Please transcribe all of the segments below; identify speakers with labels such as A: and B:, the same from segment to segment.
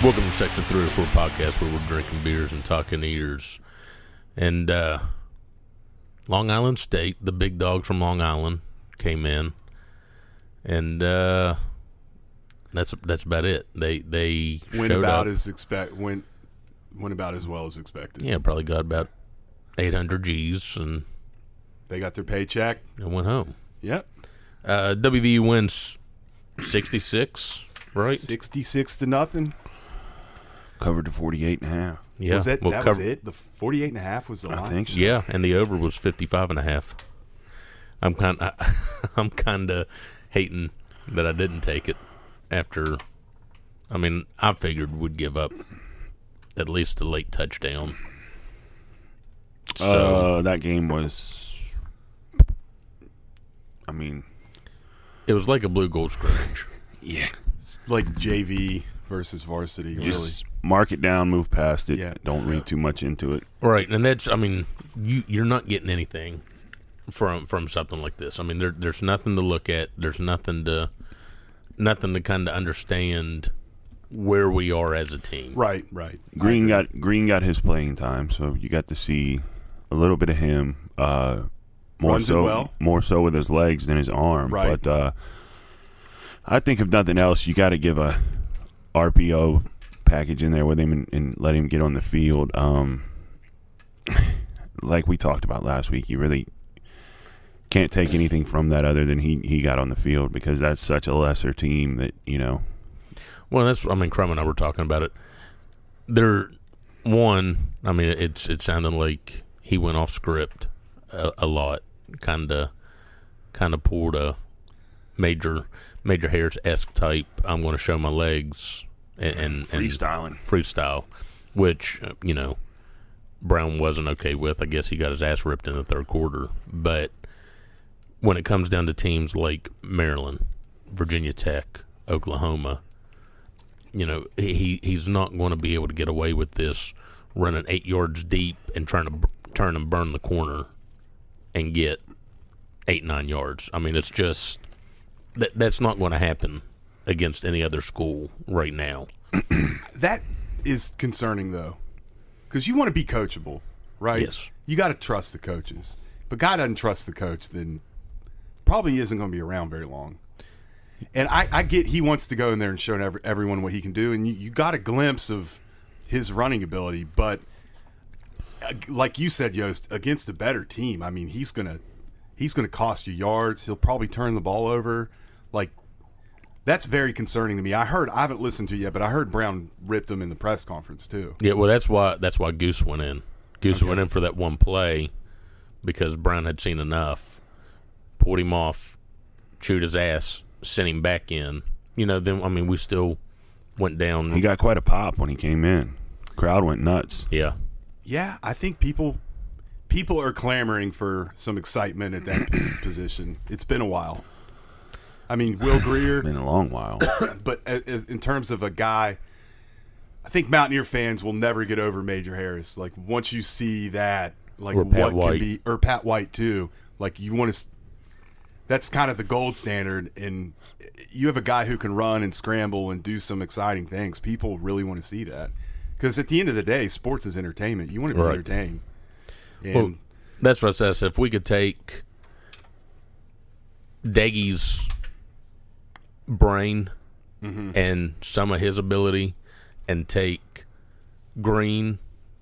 A: Welcome to Section 304 Podcast, where we're drinking beers and talking ears. And uh, Long Island State, the big dogs from Long Island, came in, and uh, that's that's about it. They they
B: went
A: showed
B: about
A: up.
B: as expect went went about as well as expected.
A: yeah, probably got about 800 G's and,
B: They got their paycheck.
A: and went home.
B: Yep.
A: Uh, WVU wins 66, right?
B: Sixty six to nothing.
C: covered to 48 and a half.
A: Yeah,
B: Was that
A: we'll
B: that
A: cover-
B: was it? The forty eight and a half was the line.
C: I think so.
A: Yeah, and the over was 55 and a half. I'm kind I, I'm kind of hating that I didn't take it after I mean, I figured would give up at least a late touchdown. So
C: Uh, that game was. I mean,
A: it was like a blue goal scrimmage.
C: yeah.
B: It's Like JV versus varsity, really.
C: Just mark it down, move past it.
B: Yeah.
C: Don't read too much into it.
A: Right, and that's I mean, you you're not getting anything from from something like this. I mean, there there's nothing to look at. There's nothing to nothing to kind of understand where we are as a team.
B: Right, right.
C: Green got Green got his playing time, so you got to see a little bit of him. Uh, more
B: Runs it
C: so,
B: well.
C: more so with his legs than his arm.
B: Right.
C: But uh, I think if nothing else, you got to give a RPO package in there with him and, and let him get on the field. Um, like we talked about last week, you really can't take anything from that other than he he got on the field because that's such a lesser team that you know.
A: Well, that's I mean, Crum and I were talking about it. There, one, I mean, it's it sounded like he went off script a, a lot, kind of, kind of pulled a major major Harris esque type. I'm going to show my legs and, and
C: Freestyling.
A: and freestyle, which uh, you know Brown wasn't okay with. I guess he got his ass ripped in the third quarter, but when it comes down to teams like Maryland, Virginia Tech, Oklahoma, you know, he he- he's not going to be able to get away with this running eight yards deep and trying to b- turn and burn the corner and get eight nine yards. I mean, it's just that that's not going to happen against any other school right now.
B: That is concerning though, because you want to be coachable, right?
A: Yes.
B: You got to trust the coaches. If a guy doesn't trust the coach, then probably isn't going to be around very long. And I, I get he wants to go in there and show every, everyone what he can do, and you, you got a glimpse of his running ability. But uh, like you said, Yost, against a better team, I mean, he's gonna he's gonna cost you yards. He'll probably turn the ball over. Like that's very concerning to me. I heard I haven't listened to it yet, but I heard Brown ripped him in the press conference too.
A: Yeah, well, that's why that's why Goose went in. Goose went in for that one play because Brown had seen enough, pulled him off, chewed his ass, sent him back in. You know, then I mean, we still went down.
C: He got quite a pop when he came in. Crowd went nuts.
A: yeah,
B: Yeah, I think people people are clamoring for some excitement at that pos- position. It's been a while. I mean, Will Greer,
C: Been a long while.
B: but a- as- in terms of a guy, I think Mountaineer fans will never get over Major Harris. Like once you see that, like
A: Or Pat
B: what
A: White.
B: can be, or Pat White too. Like you want to. That's kind of the gold standard, and you have a guy who can run and scramble and do some exciting things. People really want to see that because at the end of the day, sports is entertainment. You want to be
A: Right.
B: entertained. And
A: well, that's what I said. I said, If we could take Daggy's brain and some of his ability and take Green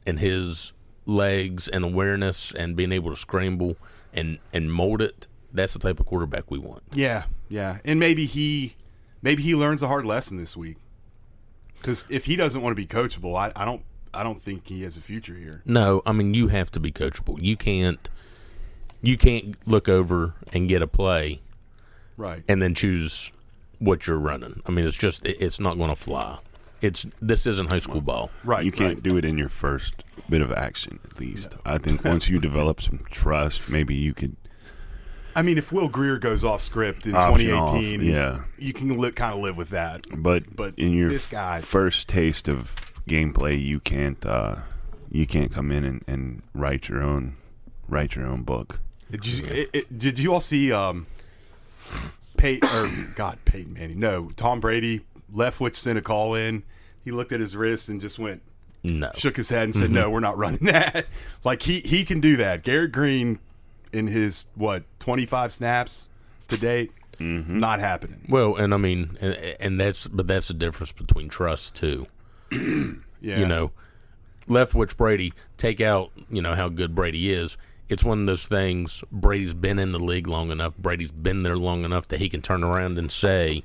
A: and his legs and awareness and being able to scramble and, and mold it, that's the type of quarterback we want.
B: Yeah, yeah, and maybe he, maybe he learns a hard lesson this week. Because if he doesn't want to be coachable, I, I don't, I don't think he has a future here.
A: No, I mean you have to be coachable. You can't you can't look over and get a play
B: Right.
A: and then choose what you're running. I mean it's just it, it's not going to fly. It's this isn't high school ball.
B: right.
C: you can't
B: right.
C: do it in your first bit of action, at least. I think once you develop some trust, maybe you could.
B: I mean, if Will Greer goes off script in
C: Option
B: 2018,
C: off, yeah.
B: you can li- kind of live with that.
C: But,
B: But
C: in your
B: this guy-
C: first taste of gameplay, you can't uh, you can't come in and, and write your own write your own book.
B: Did you, it, it- did you all see um, Peyton, or God, Peyton Manning? No, Tom Brady. Leftwich sent a call in. He looked at his wrist and just went,
A: No.
B: shook his head and
A: Mm-hmm.
B: said, "No, we're not running that." like he he can do that. Garrett Green, in his what twenty five snaps to date,
A: Mm-hmm.
B: not happening.
A: Well, and I mean and, and that's but that's the difference between trust too.
B: Yeah,
A: you know, left which Brady, take out, you know, how good Brady is. It's one of those things Brady's been in the league long enough, Brady's been there long enough that he can turn around and say,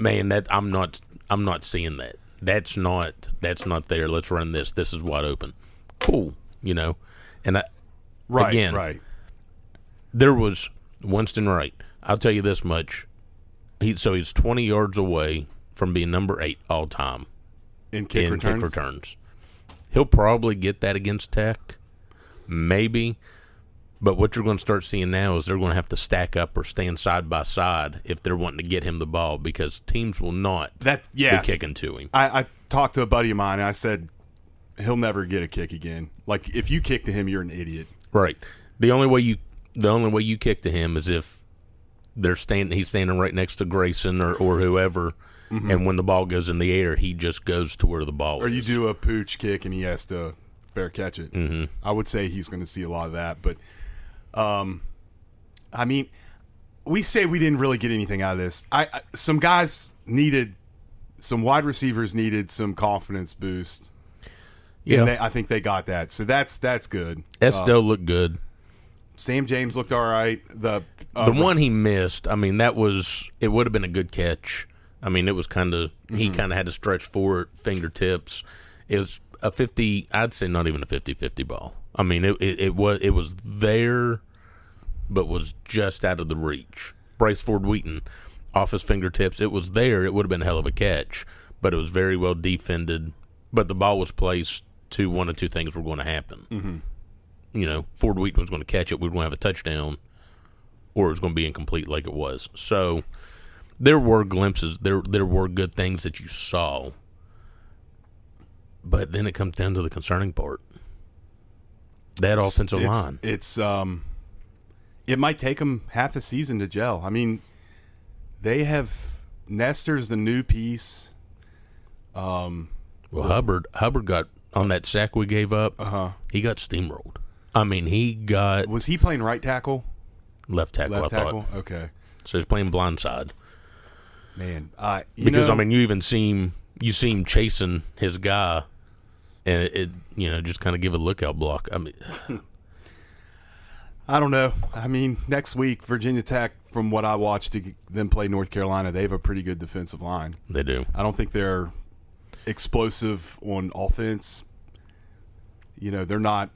A: Man, that I'm not I'm not seeing that. That's not that's not there. Let's run this. This is wide open. Cool. You know? And I
B: right,
A: again.
B: right.
A: there was Winston Wright. I'll tell you this much. He so he's twenty yards away from being number eight all time
B: In kick
A: in kick
B: returns,
A: returns. He'll probably get that against Tech, maybe. But what you're going to start seeing now is they're going to have to stack up or stand side by side if they're wanting to get him the ball because teams will not
B: that yeah.
A: be kicking to him.
B: I, I talked to a buddy of mine. and I said he'll never get a kick again. Like if you kick to him, you're an idiot.
A: Right. The only way you the only way you kick to him is if they're standing he's standing right next to Grayson or, or whoever and when the ball goes in the air he just goes to where the ball
B: Mm-hmm. Or
A: is.
B: you do a pooch kick and he has to fair catch it. Mm-hmm. I would say he's going to see a lot of that. But, um, I mean, we say we didn't really get anything out of this. I, I some guys needed, some wide receivers needed some confidence boost.
A: Yeah.
B: And they, I think they got that. So that's that's good.
A: Estelle looked good.
B: Sam James looked all right. The uh,
A: the one he missed, I mean, that was it would have been a good catch. I mean, it was kind of he kind of had to stretch forward fingertips. It was a 50, I'd say not even a 50-50 ball. I mean, it, it it was it was there but was just out of the reach. Bryce Ford Wheaton off his fingertips. It was there. It would have been a hell of a catch, but it was very well defended. But the ball was placed to one of two things were going to happen. You know, Ford Wheaton was going to catch it. We were going to have a touchdown or it was going to be incomplete like it was. So there were glimpses, there there were good things that you saw. But then it comes down to the concerning part. That offensive
B: it's,
A: line.
B: It's um, it might take them half a season to gel. I mean, they have Nestor's the new piece.
A: Well, Hubbard Hubbard got on that sack we gave up.
B: Uh-huh.
A: He got steamrolled. I mean, he got
B: Was he playing right tackle?
A: left tackle.
B: Left
A: I thought
B: tackle? Okay.
A: so. He's playing blindside
B: Man. Uh, you
A: because
B: know,
A: I mean, you even seem you seem chasing his guy, and it, it you know just kind of give a lookout block. I mean,
B: I don't know. I mean, next week, Virginia Tech, from what I watched to them play North Carolina, they have a pretty good defensive line.
A: they do.
B: I don't think they're explosive on offense. You know, they're not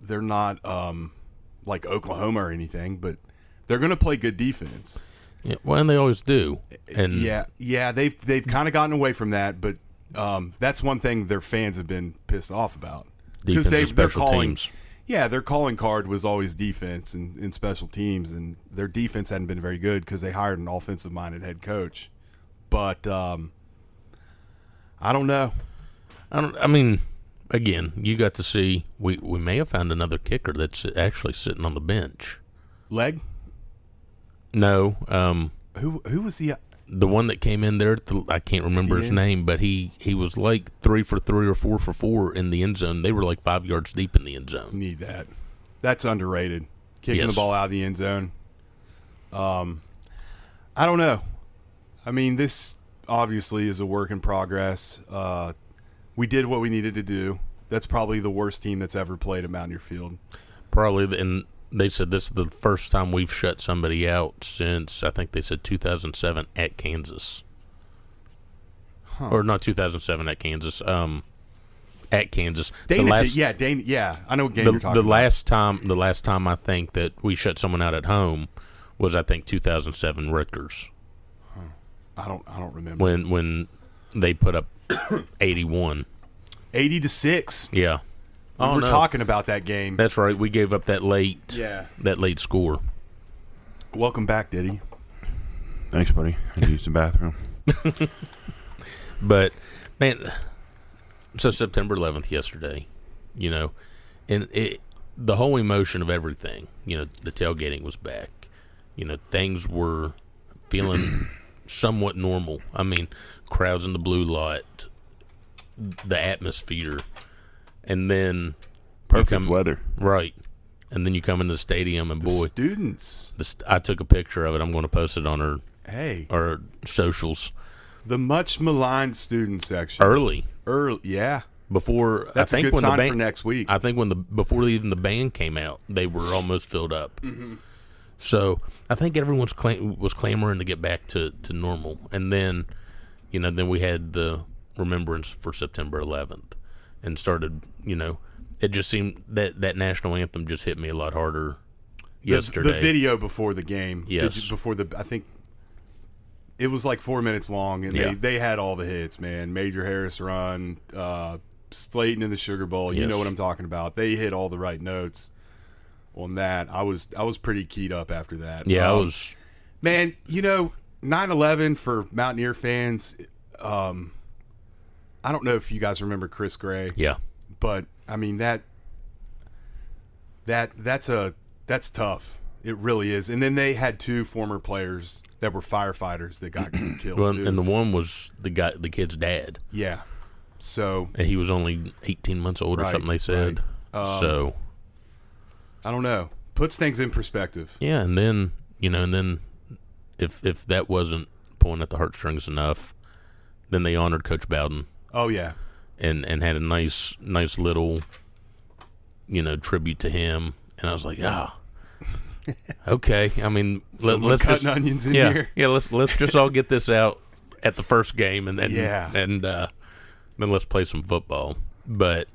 B: they're not um like Oklahoma or anything, but they're going to play good defense.
A: Yeah, well, and they always do. And
B: yeah, yeah, they've they've kind of gotten away from that, but um, that's one thing their fans have been pissed off about
A: Defense
B: they-
A: and special teams.
B: Yeah, their calling card was always defense and, and special teams, and their defense hadn't been very good because they hired an offensive minded head coach. But um, I don't know.
A: I don't. I mean, again, you got to see. We we may have found another kicker that's actually sitting on the bench.
B: Leg,
A: No, um,
B: who who was the
A: the one that came in there, at the, I can't remember his
B: Yeah.
A: name, but he he was like three for three or four for four in the end zone. They were like five yards deep in the end zone.
B: need that? That's underrated. Kicking
A: Yes.
B: the ball out of the end zone. Um, I don't know. I mean, this obviously is a work in progress. Uh, we did what we needed to do. That's probably the worst team that's ever played at Mountaineer Field.
A: Probably, the- and they said this is the first time we've shut somebody out since I think they said 2007 at Kansas, or not 2007 at Kansas. Um, at Kansas,
B: Dana,
A: the
B: did-
A: last,
B: yeah, Dana, yeah, I know what game
A: the,
B: you're talking
A: the
B: about.
A: last time, the last time I think that we shut someone out at home was I think 2007 Rutgers
B: I don't, I don't remember.
A: when when they put up 81.
B: Eighty to six.
A: Yeah,
B: We
A: oh,
B: were
A: no.
B: talking about that game.
A: That's right. We gave up that late,
B: Yeah.
A: that late score.
B: Welcome back, Diddy.
C: Thanks, buddy. I used the bathroom.
A: But man, so September 11th yesterday, you know, and it the whole emotion of everything, you know, the tailgating was back. You know, things were feeling somewhat normal. I mean, crowds in the blue lot, the atmosphere, and then
C: Perfect
A: come-
C: weather.
A: right, and then you come into the stadium and boy,
B: Students,
A: the st- I took a picture of it. I'm going to post it on our
B: hey,
A: our socials
B: the much maligned student section.
A: early
B: Early, yeah,
A: before
B: that's
A: I
B: a
A: think
B: good
A: when
B: sign
A: the band,
B: for next week.
A: I think when the before even the band came out, they were almost filled up. So I think everyone's clam- was clamoring to get back to, to normal, and then you know then we had the remembrance for September 11th, and started you know it just seemed that that national anthem just hit me a lot harder
B: The-
A: yesterday.
B: The video before the game. Did
A: Yes.
B: you- before the, I think it was like four minutes long, and
A: Yeah.
B: they, they had all the hits, man. Major Harris run, uh, Slayton in the Sugar Bowl. You
A: Yes.
B: know what I'm talking about. They hit all the right notes on that. I was I was pretty keyed up after that.
A: yeah, I
B: Um,
A: was
B: man. You know, 9/11 for Mountaineer fans. Um, I don't know if you guys remember Chris Gray
A: yeah
B: but I mean that that that's a that's tough. It really is. And then they had two former players that were firefighters that got killed
A: well,
B: too.
A: and the one was the guy the kid's dad,
B: yeah. So
A: and he was only 18 months old or
B: Right,
A: something. They said
B: Um,
A: so.
B: I don't know. Puts things in perspective.
A: Yeah, and then you know, and then if if that wasn't pulling at the heartstrings enough, then they honored Coach Bowden
B: Oh yeah.
A: and and had a nice nice little you know tribute to him. And I was like, ah, okay. I mean, let,
B: Someone
A: let's
B: cutting
A: just,
B: onions in
A: yeah
B: here.
A: yeah let's let's just all get this out at the first game, and then
B: Yeah.
A: and uh, then let's play some football. But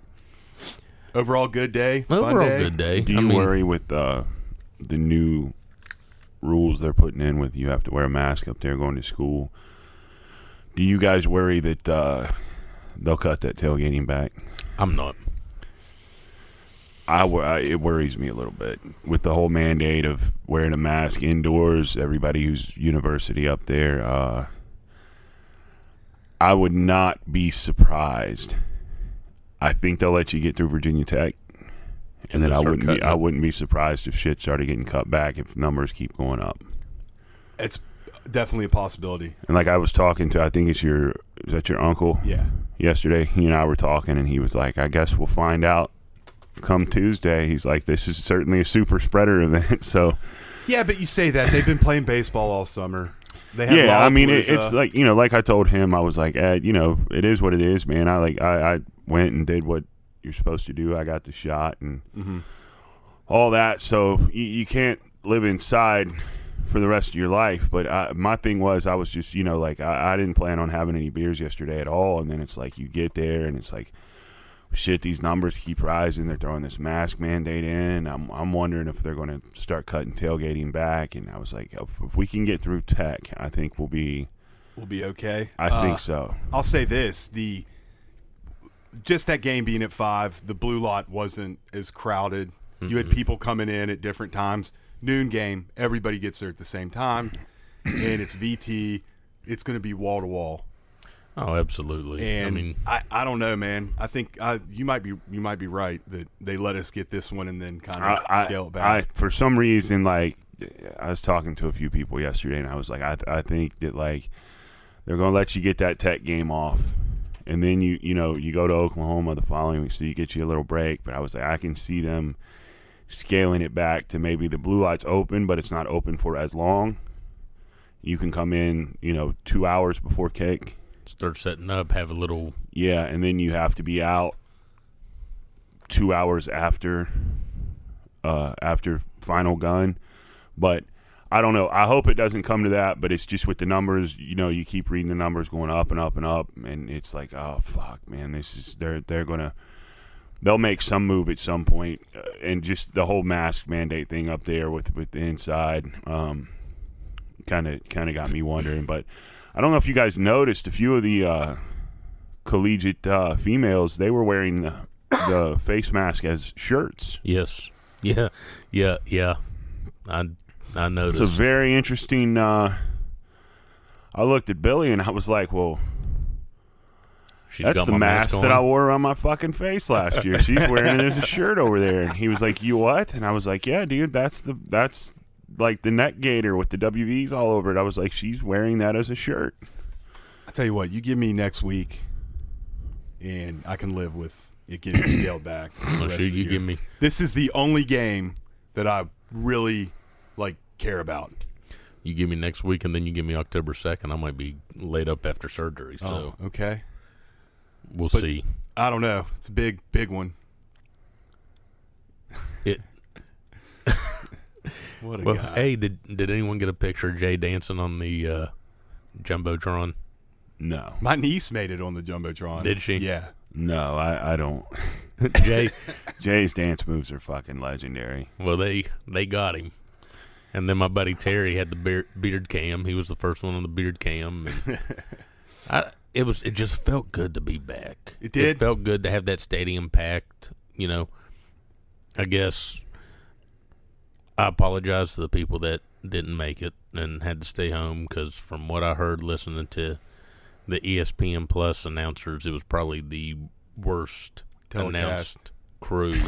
B: Overall good day.
A: overall,
B: fun day.
A: good day.
C: Do you
A: I mean,
C: worry with uh, the new rules they're putting in with you have to wear a mask up there going to school? Do you guys worry that uh, they'll cut that tailgating back?
A: I'm not.
C: I, wor- I it worries me a little bit with the whole mandate of wearing a mask indoors. Everybody who's university up there, uh, I would not be surprised. I think they'll let you get through Virginia Tech, and, then
A: they'll
C: I
A: start
C: wouldn't be
A: cutting
C: I
A: it.
C: wouldn't be surprised if shit started getting cut back if numbers keep going up.
B: It's definitely a possibility.
C: And like I was talking to, I think it's your is that your uncle?
B: Yeah.
C: yesterday he and i were talking and he was like i guess we'll find out come tuesday he's like this is certainly a super spreader event so
B: Yeah, but you say that they've been playing baseball all summer. They had
C: yeah i mean it,
B: Lollapalooza.
C: it's uh, like you know like i told him i was like eh, you know it is what it is man i like i, I went and did what you're supposed to do i got the shot and all that so you, you can't live inside for the rest of your life but I, my thing was i was just you know like I, I didn't plan on having any beers yesterday at all and then it's like you get there and it's like shit, these numbers keep rising. They're throwing this mask mandate in. I'm, I'm wondering if they're going to start cutting tailgating back. And I was like, if, if we can get through tech, I think we'll be.
B: we'll be okay.
C: I
B: Uh,
C: think so.
B: I'll say this: the just that game being at five, the blue lot wasn't as crowded. You
A: Mm-hmm.
B: had people coming in at different times. Noon game, everybody gets there at the same time, and it's VT. It's going to be wall to wall,
A: Oh, absolutely.
B: and
A: I mean,
B: I, I don't know, man. I think I, you might be you might be right that they let us get this one and then kind of
C: I, I-
B: scale it
C: I,
B: back.
C: for some reason, like, I was talking to a few people yesterday, and I was like, I, I think that, like, they're going to let you get that tech game off. And then you, you know, you go to Oklahoma the following week, so you get you a little break. But I was like, I can see them scaling it back to maybe the blue light's open, but it's not open for as long. You can come in, you know, two hours before kick.
A: Start setting up, have a little.
C: Yeah, and then you have to be out two hours after uh, after final gun. But I don't know. I hope it doesn't come to that. But it's just with the numbers. You know, you keep reading the numbers going up and up and up, and it's like, oh fuck, man, this is they're they're gonna they'll make some move at some point, uh, and just the whole mask mandate thing up there with with the inside, um, kind of kind of got me wondering. But I don't know if you guys noticed a few of the uh, collegiate uh, females they were wearing the, the face mask as shirts.
A: Yes. Yeah. Yeah. Yeah. I I
C: It's
A: noticed.
C: a very interesting. Uh, I looked at Billy and I was like, well.
A: She's
C: That's
A: got
C: the
A: my
C: mask, that
A: on.
C: I wore on my fucking face last year. She's wearing it as a shirt over there. And he was like, "You what?" And I was like, "Yeah, dude, that's the that's like the neck gator with the WVs all over it." I was like, "She's wearing that as a shirt."
B: I tell you what, you give me next week, and I can live with it getting scaled back.
A: Oh,
B: the rest
A: shoot,
B: of the
A: you
B: year.
A: give me.
B: This is the only game that I really like care about.
A: You give me next week, and then you give me October second. I might be laid up after surgery, so
B: oh, okay.
A: we'll
B: but-
A: see.
B: I don't know. It's a big, big one.
A: It,
B: What a
A: well,
B: guy.
A: hey, did did anyone get a picture of Jay dancing on the uh, jumbotron?
C: No,
B: My niece made it on the jumbotron.
A: Did she?
B: Yeah.
C: no, I, I don't.
A: Jay,
C: Jay's dance moves are fucking legendary.
A: well they they got him, and then my buddy Terry had the beard, beard cam. He was the first one on the beard cam. and I it was it just felt good to be back.
B: It did.
A: It felt good to have that stadium packed. You know, I guess I apologize to the people that didn't make it and had to stay home because from what I heard listening to the E ESPN Plus announcers, it was probably the worst
B: Telecast.
A: announced crew.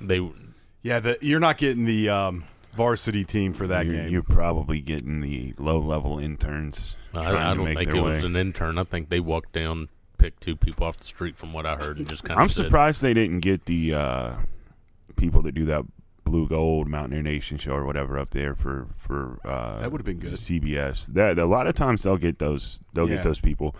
A: they
B: Yeah. The, you're not getting the um, varsity team for that
C: you're,
B: game.
C: you're probably getting the low level interns trying
A: I, I
C: to
A: don't
C: make
A: think
C: their
A: it
C: way.
A: was an intern. I think they walked down, picked two people off the street from what I heard, and just kind of.
C: I'm surprised they didn't get the uh, people that do that blue gold Mountaineer Nation show or whatever up there for for uh,
B: That would've been good.
C: CBS. That a lot of times they'll get those they'll
B: Yeah.
C: get those people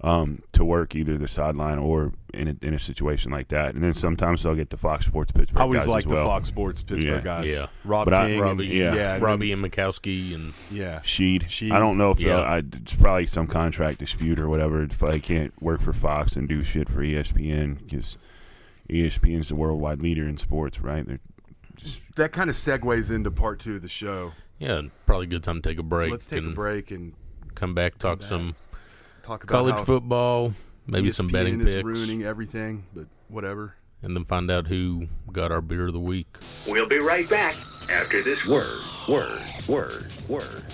C: um, to work either the sideline or in a, in a situation like that, and then sometimes they'll get the Fox Sports Pittsburgh.
B: I always
C: guys
B: like
C: as well.
B: the Fox Sports Pittsburgh
C: Yeah.
B: guys.
A: Yeah.
B: Rob
C: But I-
B: King.
A: Robbie,
B: and,
C: yeah.
B: yeah. and
A: Robbie and Mikowski, and
B: then- yeah.
C: Sheed.
B: Sheed.
C: I don't know if
A: Yeah.
C: uh, I, it's probably some contract dispute or whatever. If I can't work for Fox and do shit for E ESPN because ESPN's the worldwide leader in sports, right? They're just
B: That kind of segues into part two of the show.
A: yeah, probably a good time to take a break.
B: Let's take a
A: and
B: break and
A: Come back, talk some
B: talk about
A: college
B: how E
A: football, maybe some
B: ESPN
A: betting
B: is
A: picks,
B: ruining everything, but whatever.
A: and then find out who got our beer of the week.
D: We'll be right back after this word, word, word, word.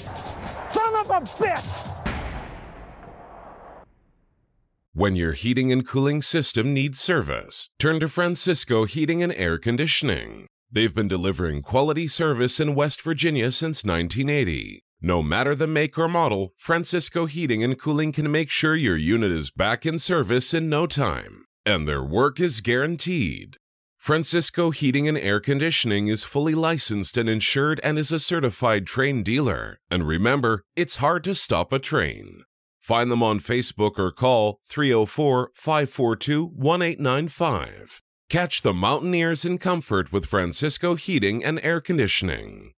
E: When your heating and cooling system needs service, turn to Francisco Heating and Air Conditioning. They've been delivering quality service in West Virginia since 1980. No matter the make or model, Francisco Heating and Cooling can make sure your unit is back in service in no time, and their work is guaranteed. Francisco Heating and Air Conditioning is fully licensed and insured and is a certified train dealer. And remember, it's hard to stop a train. Find them on Facebook or call 304 542 1895. Catch the Mountaineers in comfort with Francisco Heating and Air Conditioning.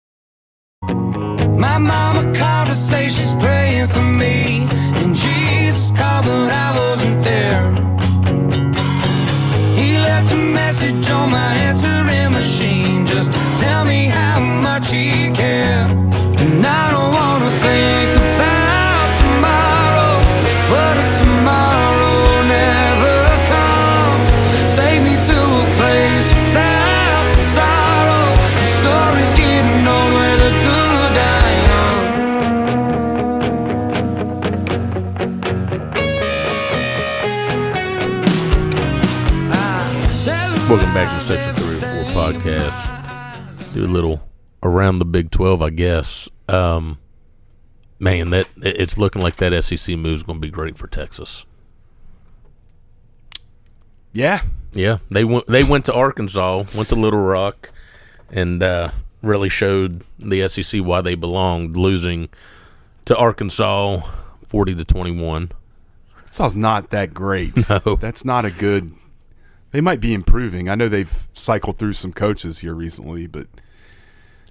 F: My mama called to say she's praying for me. And Jesus called, but I wasn't there. He left a message on my answering machine. Just tell me how much he cared. And I don't wanna think about tomorrow. What if tomorrow never comes? Take me to a place without the sorrow. The story's getting old where the good die young.
A: Welcome back to Section 304 Podcast. Do a little around the Big 12, I guess. Um, man, that it- it's looking like that SEC move is going to be great for Texas.
B: Yeah,
A: Yeah, they went. They went to Arkansas, went to Little Rock, E and uh, really showed the SEC why they belonged, losing to Arkansas, forty to twenty-one.
B: Arkansas's not that great.
A: No.
B: That's not a good. They might be improving. I know they've cycled through some coaches here recently, but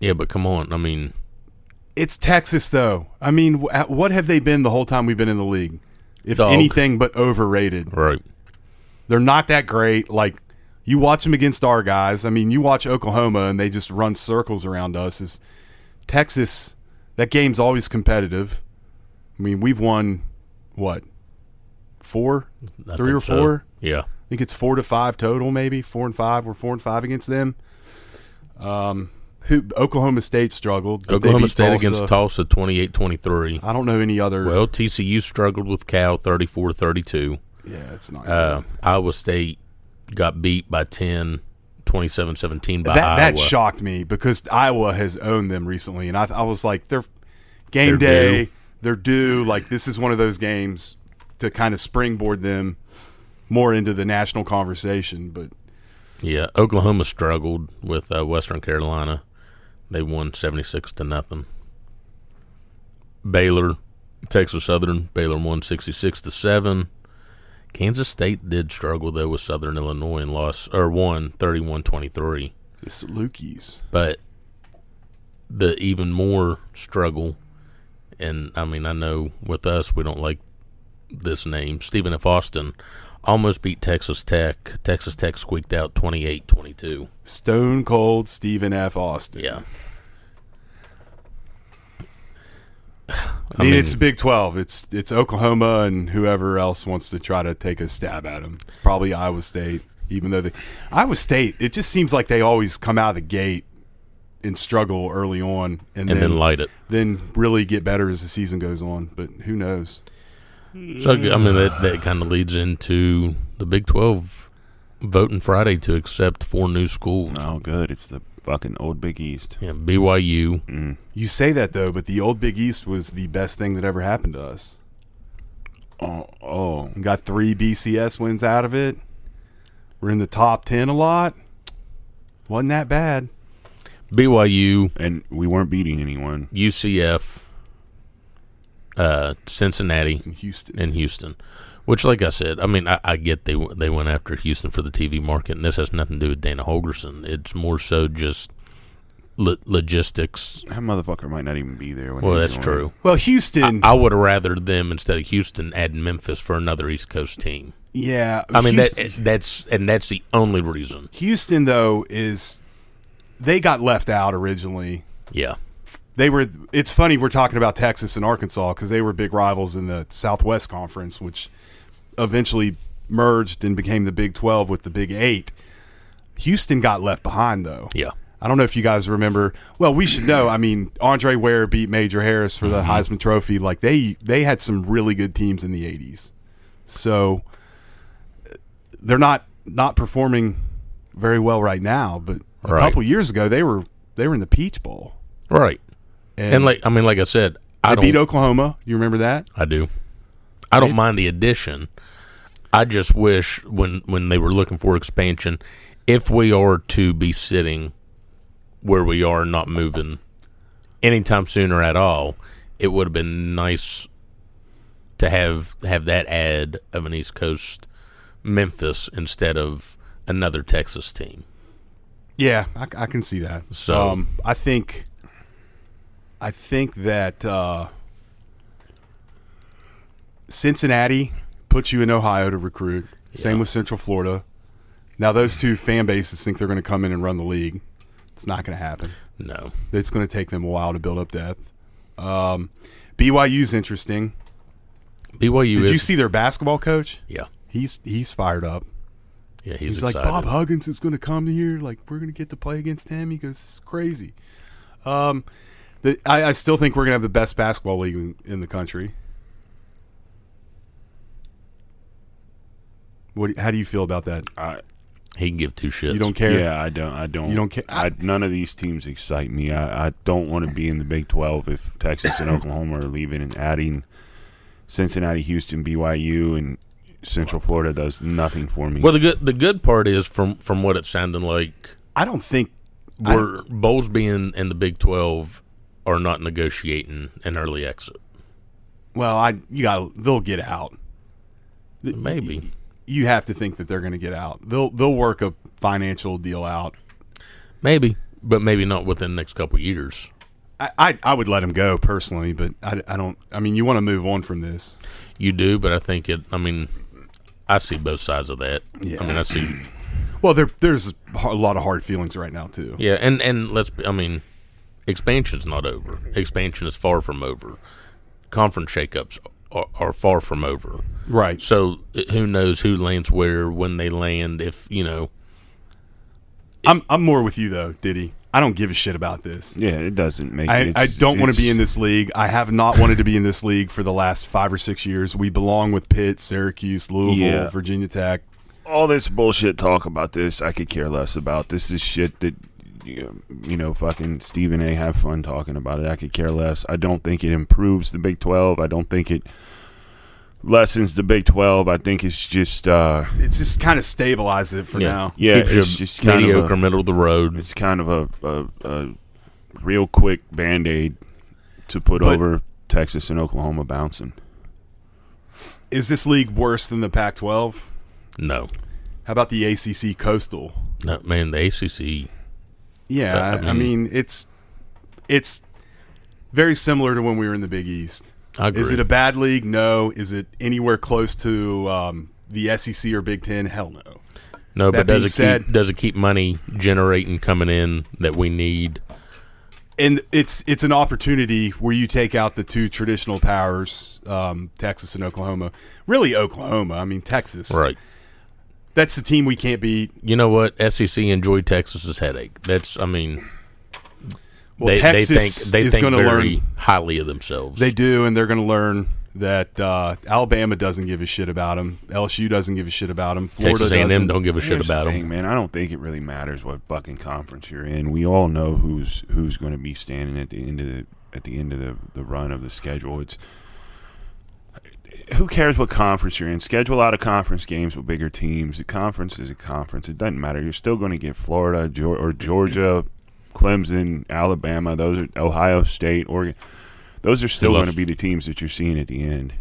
A: Yeah, but come on, I mean,
B: it's Texas, though. I mean, wh- at- what have they been the whole time we've been in the league? If
A: Dog.
B: anything but overrated.
A: right?
B: They're not that great. Like you watch them against our guys. I mean, you watch Oklahoma and they just run circles around us. Is Texas? That game's always competitive. I mean, we've won what four,
A: I
B: three or
A: think so.
B: four.
A: Yeah,
B: I think it's four to five total, maybe four and five. We're four and five against them. Um, who Oklahoma State struggled. but they
A: Oklahoma
B: beat
A: State against Tulsa,
B: Tulsa.
A: 28-23.
B: I don't know any other.
A: Well, TCU struggled with Cal, 34-32.
B: yeah, it's not.
A: Uh, Iowa State got beat by 10, 27-17 by
B: that
A: Iowa.
B: that shocked me because Iowa has owned them recently, and I, I was like, they're game
A: They're
B: day,
A: due.
B: they're due. Like this is one of those games to kind of springboard them more into the national conversation. But
A: Yeah, Oklahoma struggled with uh, Western Carolina. They won 76 to nothing. Baylor, Texas Southern, Baylor won 66 to 7. Kansas State did struggle though with Southern Illinois and lost or won 31-23.
B: it's Lukey's.
A: But the even more struggle and I mean I know with us we don't like this name, Stephen F. Austin almost beat Texas Tech. Texas Tech squeaked out 28-22.
B: Stone Cold Stephen F. Austin.
A: Yeah.
B: I mean, it's the Big Twelve. It's it's Oklahoma and whoever else wants to try to take a stab at them. It's probably Iowa State, even though they Iowa State. It just seems like they always come out of the gate and struggle early on, and,
A: and then light it.
B: then really get better as the season goes on. But who knows?
A: So I mean that that kind of leads into the Big Twelve voting Friday to accept four new schools.
C: Oh, good. It's the fucking old Big East.
A: Yeah, BYU.
B: You say that though, but the old Big East was the best thing that ever happened to us.
C: Oh, oh.
B: We got three BCS wins out of it. We're in the top ten a lot. Wasn't that bad.
A: BYU,
C: And we weren't beating anyone.
A: UCF, uh, Cincinnati,
B: in Houston.
A: and Houston. Which, like I said, I mean, I, I get they w- they went after Houston for the TV market, and this has nothing to do with Dana Holgerson. It's more so just lo- logistics.
C: That motherfucker might not even be there. When
A: Well,
C: he's
A: that's
C: on.
A: true.
B: well, Houston.
A: I would have rather them instead of Houston add Memphis for another East Coast team.
B: yeah,
A: I mean
B: Houston,
A: that that's and that's the only reason.
B: Houston though is they got left out originally.
A: Yeah,
B: They were. It's funny we're talking about Texas and Arkansas because they were big rivals in the Southwest Conference, which eventually merged and became the Big Twelve with the Big Eight. Houston got left behind though.
A: yeah,
B: I don't know if you guys remember. Well, we should know. I mean, Andre Ware beat Major Harris for the
A: Mm-hmm.
B: Heisman Trophy. Like they they had some really good teams in the '80s. So uh, they're not not performing very well right now. But a
A: Right.
B: couple years ago, they were they were in the Peach Bowl
A: right. And, like I mean, like I said, I
B: they
A: don't.
B: beat Oklahoma. You remember that?
A: I do. I don't mind the addition. I just wish when when they were looking for expansion, if we are to be sitting where we are, not moving anytime sooner at all, it would have been nice to have have that ad of an East Coast Memphis instead of another Texas team.
B: Yeah, I, I can see that.
A: So-
B: um, I think, I think that uh, Cincinnati puts you in Ohio to recruit. Same with Central Florida. Now those two fan bases think they're going to come in and run the league. It's not going to happen.
A: No.
B: It's going to take them a while to build up depth. Um, BYU's interesting.
A: BYU
B: Did
A: is
B: you see their basketball coach?
A: Yeah.
B: He's he's fired up.
A: Yeah, he's,
B: He's, like,
A: excited.
B: Bob Huggins is going to come here. Like, we're going to get to play against him. He goes, this is crazy. Um, the, I, I still think we're going to have the best basketball league in, in the country. What? do- How do you feel about that?
C: I,
A: He can give two shits.
B: You don't care.
C: Yeah, I don't. I don't.
B: You don't ca-
C: I, none of these teams excite me. I, I don't want to be in the Big Twelve if Texas and Oklahoma are leaving and adding Cincinnati, Houston, BYU, and Central Florida does nothing for me.
A: Well, the good the good part is from from what it sounded like,
B: I don't think. I-
A: were Bowlesby and, and the Big Twelve are not negotiating an early exit.
B: Well, I you got they'll get out. Th-
A: Maybe.
B: you have to think that they're going to get out. They'll they'll work a financial deal out.
A: Maybe, but maybe not within the next couple of years.
B: I, I, I would let him go personally, but I, I don't. I mean, you want to move on from this.
A: You do, but I think it. I mean, I see both sides of that. I mean, I see.
B: Well, there there's a lot of hard feelings right now too.
A: Yeah, and and let's. Be, I mean, expansion's not over. Expansion is far from over. Conference shakeups are, are far from over.
B: Right.
A: So uh, who knows who lands where when they land? If you know,
B: I'm I'm more with you though, Diddy. I don't give a shit about this.
C: Yeah, it doesn't make.
B: I,
C: it's-
B: I don't want to be
C: it's-
B: in this league. I have not wanted to be in this league for the last five or six years. We belong with Pitt, Syracuse, Louisville,
C: Yeah.
B: Virginia Tech.
C: all this bullshit talk about this. I could care less about this. Is shit that you know, fucking Stephen A. Have fun talking about it. I could care less. I don't think it improves the Big Twelve. I don't think it lessens the Big Twelve. I think it's just uh,
B: It's just kind of stabilize it for
A: Yeah.
B: now.
C: yeah,
A: keeps
C: it's
A: you
C: just kind
A: mediocre,
C: of a,
A: middle of the road.
C: it's kind of a, a, a real quick band aid to put
B: But-
C: over Texas and Oklahoma bouncing.
B: Is this league worse than the Pac-12?
A: No,
B: How about the ACC Coastal?
A: no, man. The ACC.
B: Yeah,
A: Uh, I
B: I mean, it's it's very similar to when we were in the Big East.
A: I agree.
B: Is it a bad league? No. Is it anywhere close to um, the SEC or Big Ten? Hell no.
A: No,
B: That
A: but
B: being
A: does it
B: said-
A: keep does it keep money generating coming in that we need?
B: And it's it's an opportunity where you take out the two traditional powers, um, Texas and Oklahoma. Really, Oklahoma. I mean, Texas.
A: Right.
B: That's the team we can't beat.
A: You know what? E SEC enjoyed Texas's headache. That's I mean
B: Well,
A: they,
B: Texas
A: they think they
B: is
A: think
B: going to
A: very
B: learn.
A: highly of themselves.
B: They do, and they're going to learn that uh, Alabama doesn't give a shit about them. LSU doesn't give a shit about them. Florida
A: Texas A&M
B: doesn't.
A: don't give a shit
C: Here's the
A: about
C: thing,
A: them.
C: man. I don't think it really matters what fucking conference you're in. We all know who's who's going to be standing at the end of the at the end of the, the run of the schedule. It's who cares what conference you're in? Schedule out of conference games with bigger teams. The conference is a conference. It doesn't matter. You're still going to get Florida Geor- or Georgia, Clemson, Alabama. Those are Ohio State, Oregon. Those are still
A: left-
C: going to be the teams that you're seeing at the end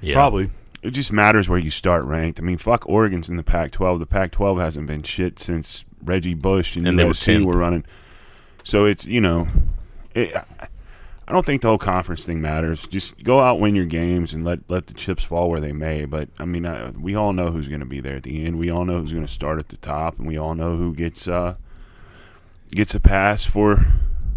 A: Yeah.
B: Probably.
C: it just matters where you start ranked. I mean, fuck Oregon's in the Pac-12. The Pac-12 hasn't been shit since Reggie Bush and,
A: And they were
C: USC
A: 10th.
C: were running. So it's you know, it, I I don't think the whole conference thing matters. Just go out, win your games, and let let the chips fall where they may. But I mean, I, we all know who's going to be there at the end. We all know who's going to start at the top, and we all know who gets uh gets a pass for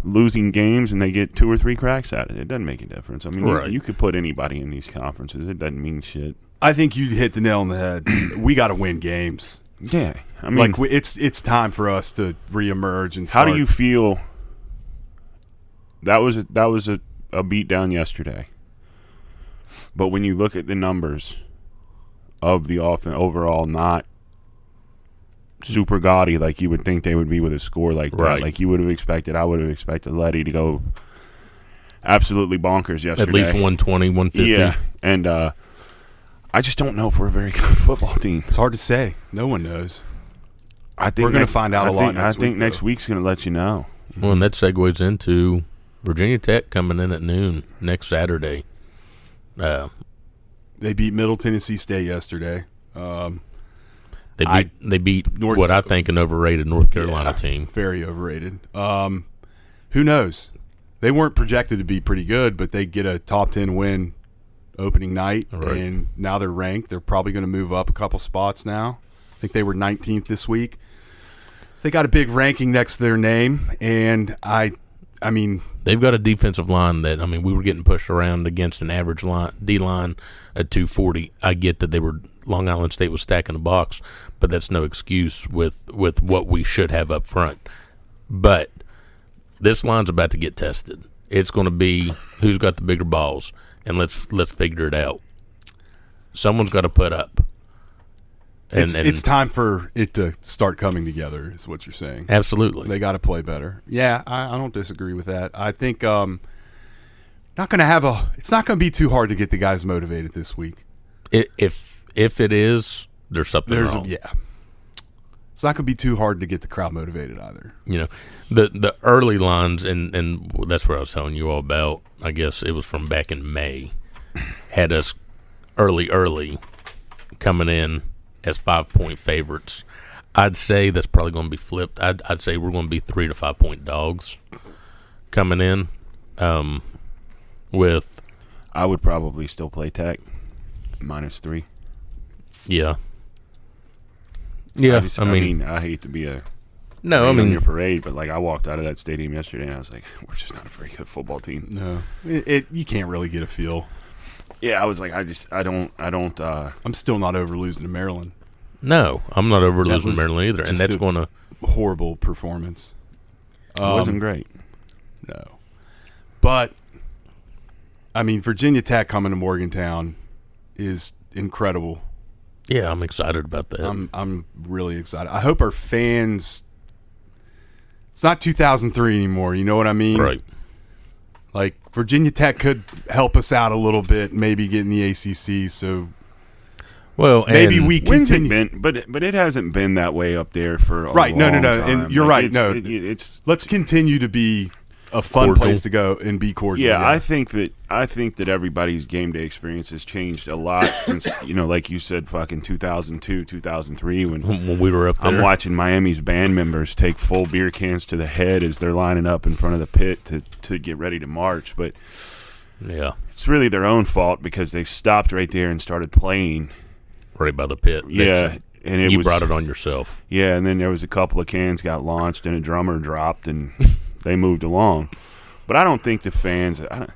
C: losing games and they get two or three cracks at it. It doesn't make a difference. I mean, you-
A: Right.
C: you could put anybody in these conferences. It doesn't mean shit.
B: I think you hit the nail on the head. we got to win games.
C: Yeah, I mean,
B: Like we, it's it's time for us to reemerge and.
C: how
B: Start.
C: do you feel? That was a, that was a, a beat down yesterday, but when you look at the numbers of the offense overall, not super gaudy like you would think they would be with a score like that.
A: Right.
C: Like you would have expected. I would have expected Letty to go absolutely bonkers yesterday.
A: At least 120, 150.
C: yeah, and uh, I just don't know if we're a very good football team.
B: It's hard to say. No one knows.
C: I think
B: We're gonna
C: next-
B: find out
C: I
B: a lot
C: think-
B: next
C: I think
B: week,
C: next
B: though.
C: week's gonna let you know.
A: Well, and that segues into Virginia Tech coming in at noon next Saturday. Uh,
B: They beat Middle Tennessee State yesterday. Um,
A: they beat
B: I-
A: they beat
B: North-
A: what I think an overrated North Carolina team.
B: very overrated. Um, who knows? They weren't projected to be pretty good, but they get a top ten win opening night,
A: Right.
B: and now they're ranked. They're probably going to move up a couple spots now. I think they were 19th this week. So they got a big ranking next to their name, and I, I mean,
A: They've got a defensive line that I mean, we were getting pushed around against an average line D line at 240. I get that they were Long Island State was stacking the box, but that's no excuse with with what we should have up front. But this line's about to get tested. It's going to be who's got the bigger balls, and let's let's figure it out. Someone's got to put up. And,
B: it's
A: and
B: it's time for it to start coming together. Is what you're saying?
A: absolutely
B: They got to play better. Yeah, I, I don't disagree with that. I think um, not going to have a. It's not going to be too hard to get the guys motivated this week.
A: I- if if it is, there's something
B: There's
A: wrong.
B: yeah. It's not going to be too hard to get the crowd motivated either.
A: you know the the early lines and and that's what I was telling you all about. I guess it was from back in May had us early, early coming in as five point favorites. I'd say that's probably going to be flipped. I'd, I'd say we're going to be three to five point dogs coming in um, with,
C: I would probably still play Tech minus three.
A: yeah. Yeah, I,
C: just-
A: mean,
C: I hate to be a
A: no, I
C: I mean,
A: mean,
C: your parade, but like I walked out of that stadium yesterday and I was like, we're just not a very good football team.
B: No, it, it you can't really get a feel.
C: Yeah, I was like, I just, I don't, I don't. uh
B: I'm still not over losing to Maryland.
A: no, I'm not over
B: That
A: losing
B: was
A: Maryland either, and
B: just
A: that's
B: a-
A: going to
B: Horrible performance. Um,
C: It wasn't great.
B: No, but I mean Virginia Tech coming to Morgantown is incredible.
A: Yeah, I'm excited about that.
B: I'm I'm really excited. I hope our fans. It's not 2003 anymore. You know what I mean?
A: right.
B: Like Virginia Tech could help us out a little bit, maybe get in the ACC. So
A: Well,
B: maybe
A: and-
B: we
C: When's it
B: continue.
C: been? But it- but it hasn't been that way up there for a
B: Right, no, no,
C: long
B: no, and
C: time.
B: you're right,
C: It's,
B: no.
C: it- it's
B: Let's continue to be a fun
A: Cordial.
B: place to go and be cordial.
C: Yeah, I think that I think that everybody's game day experience has changed a lot since you know, like you said, fucking 2002, 2003, when
A: when we were up there.
C: I'm watching Miami's band members take full beer cans to the head as they're lining up in front of the pit to to get ready to march. But
A: Yeah,
C: it's really their own fault because they stopped right there and started playing.
A: right by the pit.
C: Yeah,
A: That's-
C: and it
A: you
C: was
A: brought it on yourself.
C: yeah, and then there was a couple of cans got launched and a drummer dropped and they moved along. But I don't think the fans. I don't,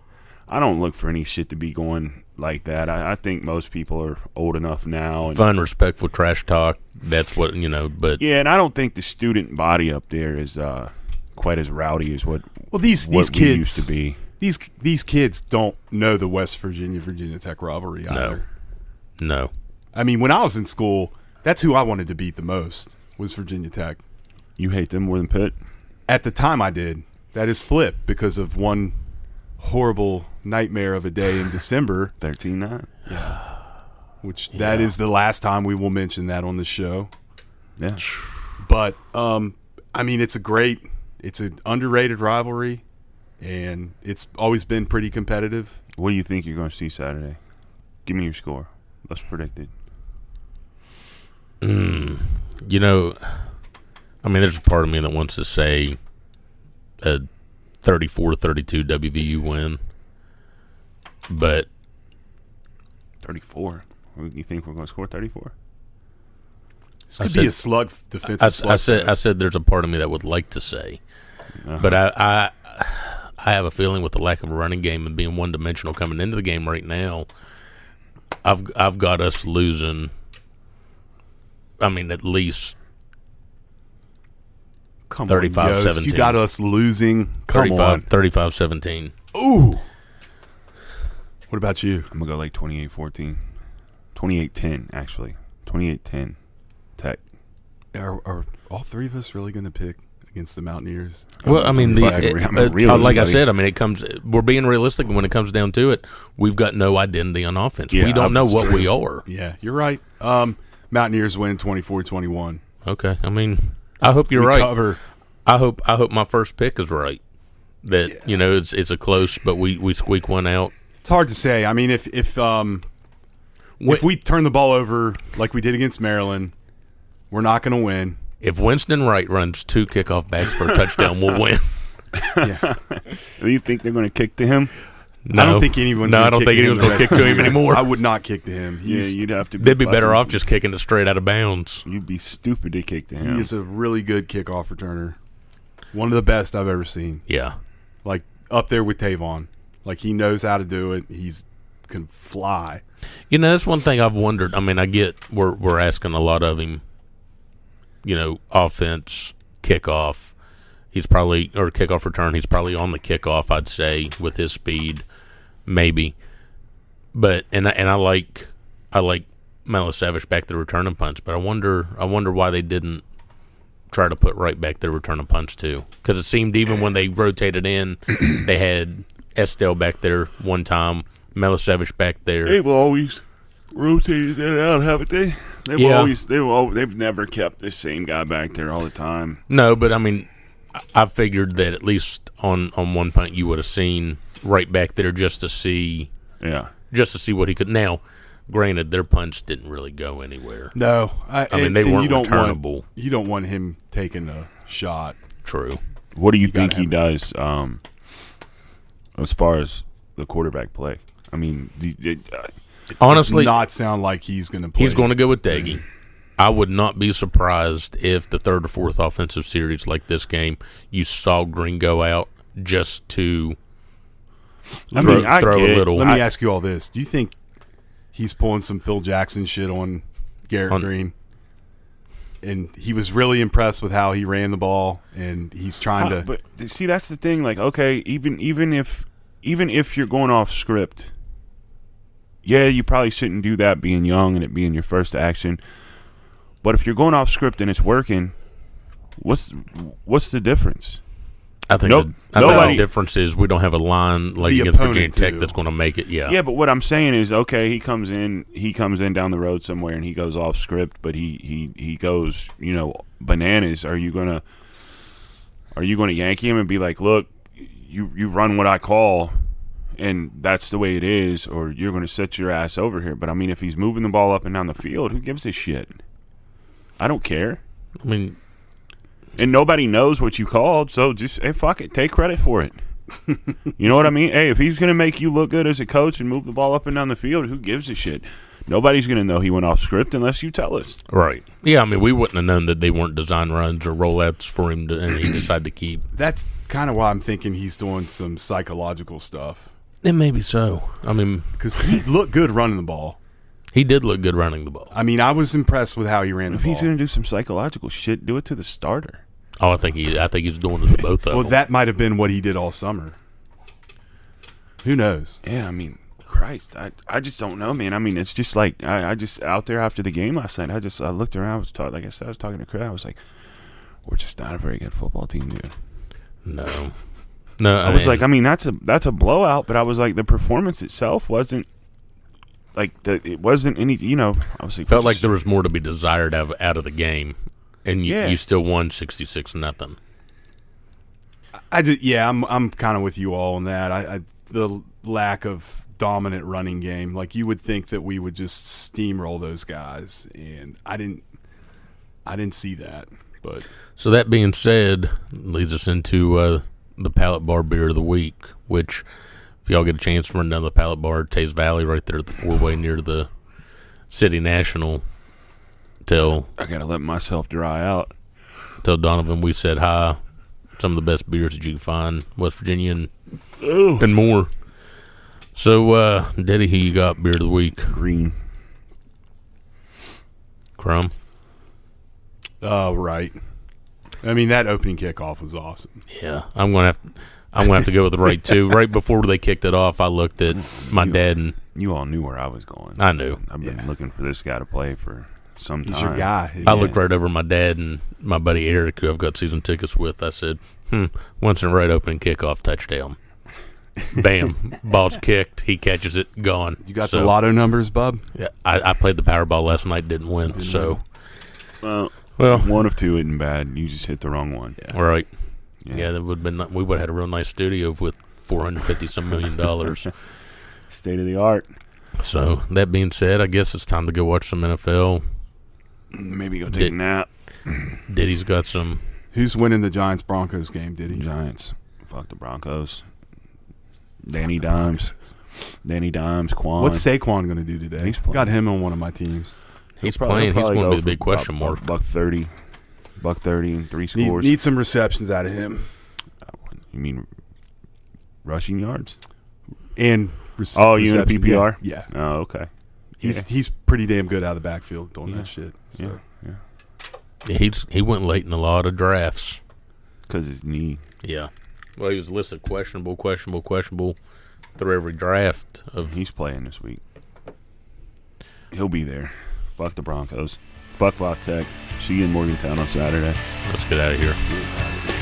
C: I don't look for any shit to be going like that. I, I think most people are old enough now. And,
A: Fun, respectful trash talk. That's what you know. But
C: yeah, and I don't think the student body up there is uh, quite as rowdy as what
B: Well, these
C: what
B: these
C: we
B: kids
C: used to be.
B: These these kids don't know the West Virginia Virginia Tech rivalry either.
A: no,
B: I mean, when I was in school, that's who I wanted to beat the most was Virginia Tech.
C: You hate them more than Pitt.
B: At the time, I did. That is flip because of one horrible nightmare of a day in December,
C: 13-9.
B: which that is the last time we will mention that on the show.
C: Yeah,
B: But um, I mean, it's a great, it's an underrated rivalry, and it's always been pretty competitive.
C: What do you think you're going to see Saturday? Give me your score. Let's predict it.
A: you know, I mean, there's a part of me that wants to say a 34-32 WVU win, but
C: 34. You think we're going to score 34?
B: This
A: I
B: could
A: said-
B: be a slug defensive.
A: I, I said I
B: slugfest.
A: said there's a part of me that would like to say, but I, I I have a feeling with the lack of a running game and being one dimensional coming into the game right now, I've I've got us losing. I mean, at least
B: Come
A: 35,
B: on, Yost, You
A: 17.
B: got us losing. Come on.
A: 35, 35 17.
B: Ooh. What about you?
C: I'm gonna go like 28-14. 28-10, actually. 28-10. Tech.
B: Are, are all three of us really going to pick against the Mountaineers?
A: Well, I mean, the,
C: Fucking re- I'm a
A: uh,
C: realist,
A: like I
C: buddy.
A: said, I mean, it comes. We're being realistic when it comes down to it. We've got no identity on offense.
C: Yeah,
A: we don't know
C: that's
A: what
C: true.
A: we are.
B: Yeah, you're right. Um, Mountaineers win 24-21.
A: Okay, I mean, I hope you're
B: We
A: right.
B: Cover.
A: I hope I hope my first pick is right. That you know it's it's a close, but we we squeak one out.
B: It's hard to say. I mean, if if um,
A: Wh-
B: if we turn the ball over like we did against Maryland, we're not going to win.
A: If Winston Wright runs two kickoff backs for a touchdown, we'll win.
C: Do Oh, you think they're gonna kick to him?
A: No,
B: I don't think anyone's.
A: No,
B: gonna
A: I don't
B: kick
A: think
B: him
A: anyone's
B: the
A: gonna
B: rest
A: kick
B: of
A: to
B: the
A: him
B: year.
A: anymore.
B: I would not kick to him.
C: Yeah,
B: He's,
C: you'd have to.
A: They'd be better
C: fucking-
A: off just kicking it straight out of bounds.
C: You'd be stupid to kick to
B: he
C: him.
B: is a really good kickoff returner. One of the best I've ever seen.
A: Yeah,
B: Like up there with Tavon. Like he knows how to do it. He's can fly.
A: you know that's one thing I've wondered. I mean, I get we're we're asking a lot of him. You know, offense, kickoff. He's probably or kickoff return. He's probably on the kickoff. I'd say with his speed, maybe. But and I, and I like I like Melo Savage back there returning punts, but I wonder I wonder why they didn't try to put right back there returning punts too, because it seemed even when they rotated in, they had Estelle back there one time, Melo Savage back there.
C: They will always rotate that out, haven't they? They will
A: Yeah.
C: always. They will. al- They've never kept the same guy back there all the time.
A: No, but I mean, I- I figured that at least on on one punt you would have seen right back there just to see
C: Yeah.
A: just to see what he could. Now, granted, their punch didn't really go anywhere.
B: No, I,
A: mean,
B: and-
A: they
B: and
A: weren't
B: you don't
A: returnable.
B: Want, you don't want him taking a shot.
A: True.
C: What do you,
B: gotta
C: think he
B: have-
C: does um, as far as the quarterback play? I mean, do you- uh,
A: Honestly,
B: Does not sound like he's going to play.
A: he's going to go with Daggy. I would not be surprised if the third or fourth offensive series like this game, you saw Green go out just to
C: I
A: throw,
C: mean, I
A: throw
C: get
A: a
C: it.
A: little.
B: Let me ask you all this: Do you think he's pulling some Phil Jackson shit on Garrett
A: On-
B: Green? And he was really impressed with how he ran the ball, and he's trying
C: Uh,
B: to.
C: but th- see, that's the thing. Like, okay, even even if even if you're going off script, yeah, you probably shouldn't do that being young and it being your first action. But if you're going off script and it's working, what's what's the difference?
A: I think,
C: Nope.
A: the, I think the
C: Nobody-
A: difference is we don't have a line like
B: The
A: against Virginia
B: opponent
A: Tech
B: do.
A: that's going to make it. Yeah.
C: Yeah, but what I'm saying is, okay, he comes in, he comes in down the road somewhere, and he goes off script, but he he he goes, you know, bananas. Are you gonna are you gonna Yankee him and be like, look, you you run what I call, and that's the way it is, or you're gonna sit your ass over here? But I mean, if he's moving the ball up and down the field, who gives a shit? I don't care,
A: I mean,
C: and nobody knows what you called, so just hey, fuck it, take credit for it. You know what I mean? Hey, if he's going to make you look good as a coach and move the ball up and down the field, who gives a shit? Nobody's going to know he went off script unless you tell us.
A: right. Yeah. I mean, we wouldn't have known that they weren't design runs or rollouts for him, to, and he decided to keep.
B: that's kind of why I'm thinking he's doing some psychological stuff
A: It may be so. I mean,
B: because he looked good running the ball.
A: he did look good running the ball.
B: I mean, I was impressed with how he ran the
C: If
B: ball.
C: he's going to do some psychological shit, do it to the starter.
A: Oh, I think he. I think he's doing it to both of
B: well,
A: them.
B: that might have been what he did all summer. Who knows?
C: Yeah, I mean, Christ, I, I just don't know, man. I mean, it's just like I, I just out there after the game last night. I just I looked around. I was talking, like I said, I was talking to Chris. I was like, we're just not a very good football team, dude.
A: no, no.
C: I was like, I mean, that's a that's a blowout, but I was like, the performance itself wasn't like the, it wasn't any. You know, I was like,
A: felt like
C: just-
A: there was more to be desired out of, out of the game, and you,
C: Yeah.
A: you still won sixty six nothing.
B: I just yeah, I'm I'm kind of with you all on that. I, I the lack of dominant running game. Like you would think that we would just steamroll those guys, and I didn't I didn't see that. But
A: So that being said, leads us into uh, the Pallet Bar beer of the week, which if y'all get a chance to run down to the Pallet Bar, Taze Valley, right there at the four way near the City National. Tell
C: I gotta let myself dry out.
A: tell Donovan we said hi. Some of the best beers that you can find, West Virginia and, and more. So, uh, Daddy, who you got beer of the week?
C: Green.
A: Crumb.
B: uh, right. I mean that opening kickoff was awesome.
A: Yeah, I'm gonna have. I'm gonna have to go with the right two. Right before they kicked it off, I looked at my dad and
C: You all knew where I was going.
A: I knew.
C: I've been looking for this guy to play for some time.
B: He's your guy.
A: I looked right over my dad and my buddy Eric, who I've got season tickets with. I said, "Hmm, once in a right opening kickoff touchdown." Bam, ball's kicked. He catches it, gone.
B: You got
A: so,
B: the lotto numbers, bub.
A: Yeah, I, I played the Powerball last night, didn't win. so,
C: Well,
A: well,
C: one of two isn't bad. You just hit the wrong one.
A: all right.
C: Yeah.
A: Yeah, that would have been. We would have had a real nice studio with four hundred fifty some million dollars.
C: State of the art.
A: so that being said, I guess it's time to go watch some NFL.
C: Maybe go take
A: Did-
C: a nap.
A: Diddy's got some.
B: Who's winning the Giants Broncos game? Did he?
C: Giants. Fuck the Broncos. Danny Dimes. Danny Dimes. Quan.
B: What's Saquon going to do today?
C: He's playing.
B: Got him on one of my teams.
C: He'll
A: He's
C: probably-
A: playing. He's
C: he'll probably
A: going to
C: go
A: be the big
C: for
A: question
C: buck-
A: mark.
C: Buck thirty. Buck thirty and three
B: Need,
C: scores.
B: need some receptions out of him
C: you mean rushing yards?
B: and. rec-
C: Oh, you in a
B: reception.
C: PPR?
B: Yeah. yeah.
C: Oh, okay.
B: He's he's pretty damn good out of the backfield doing
C: Yeah.
B: that shit. So.
C: Yeah, yeah.
A: He's he went late in a lot of drafts.
C: Because his knee.
A: Yeah. Well, he was listed questionable, questionable, questionable through every draft of
C: He's playing this week. He'll be there. Fuck the Broncos. Fuck Vox Tech. See you in Morgantown on Saturday.
A: let's get out of here.
C: Get out of here.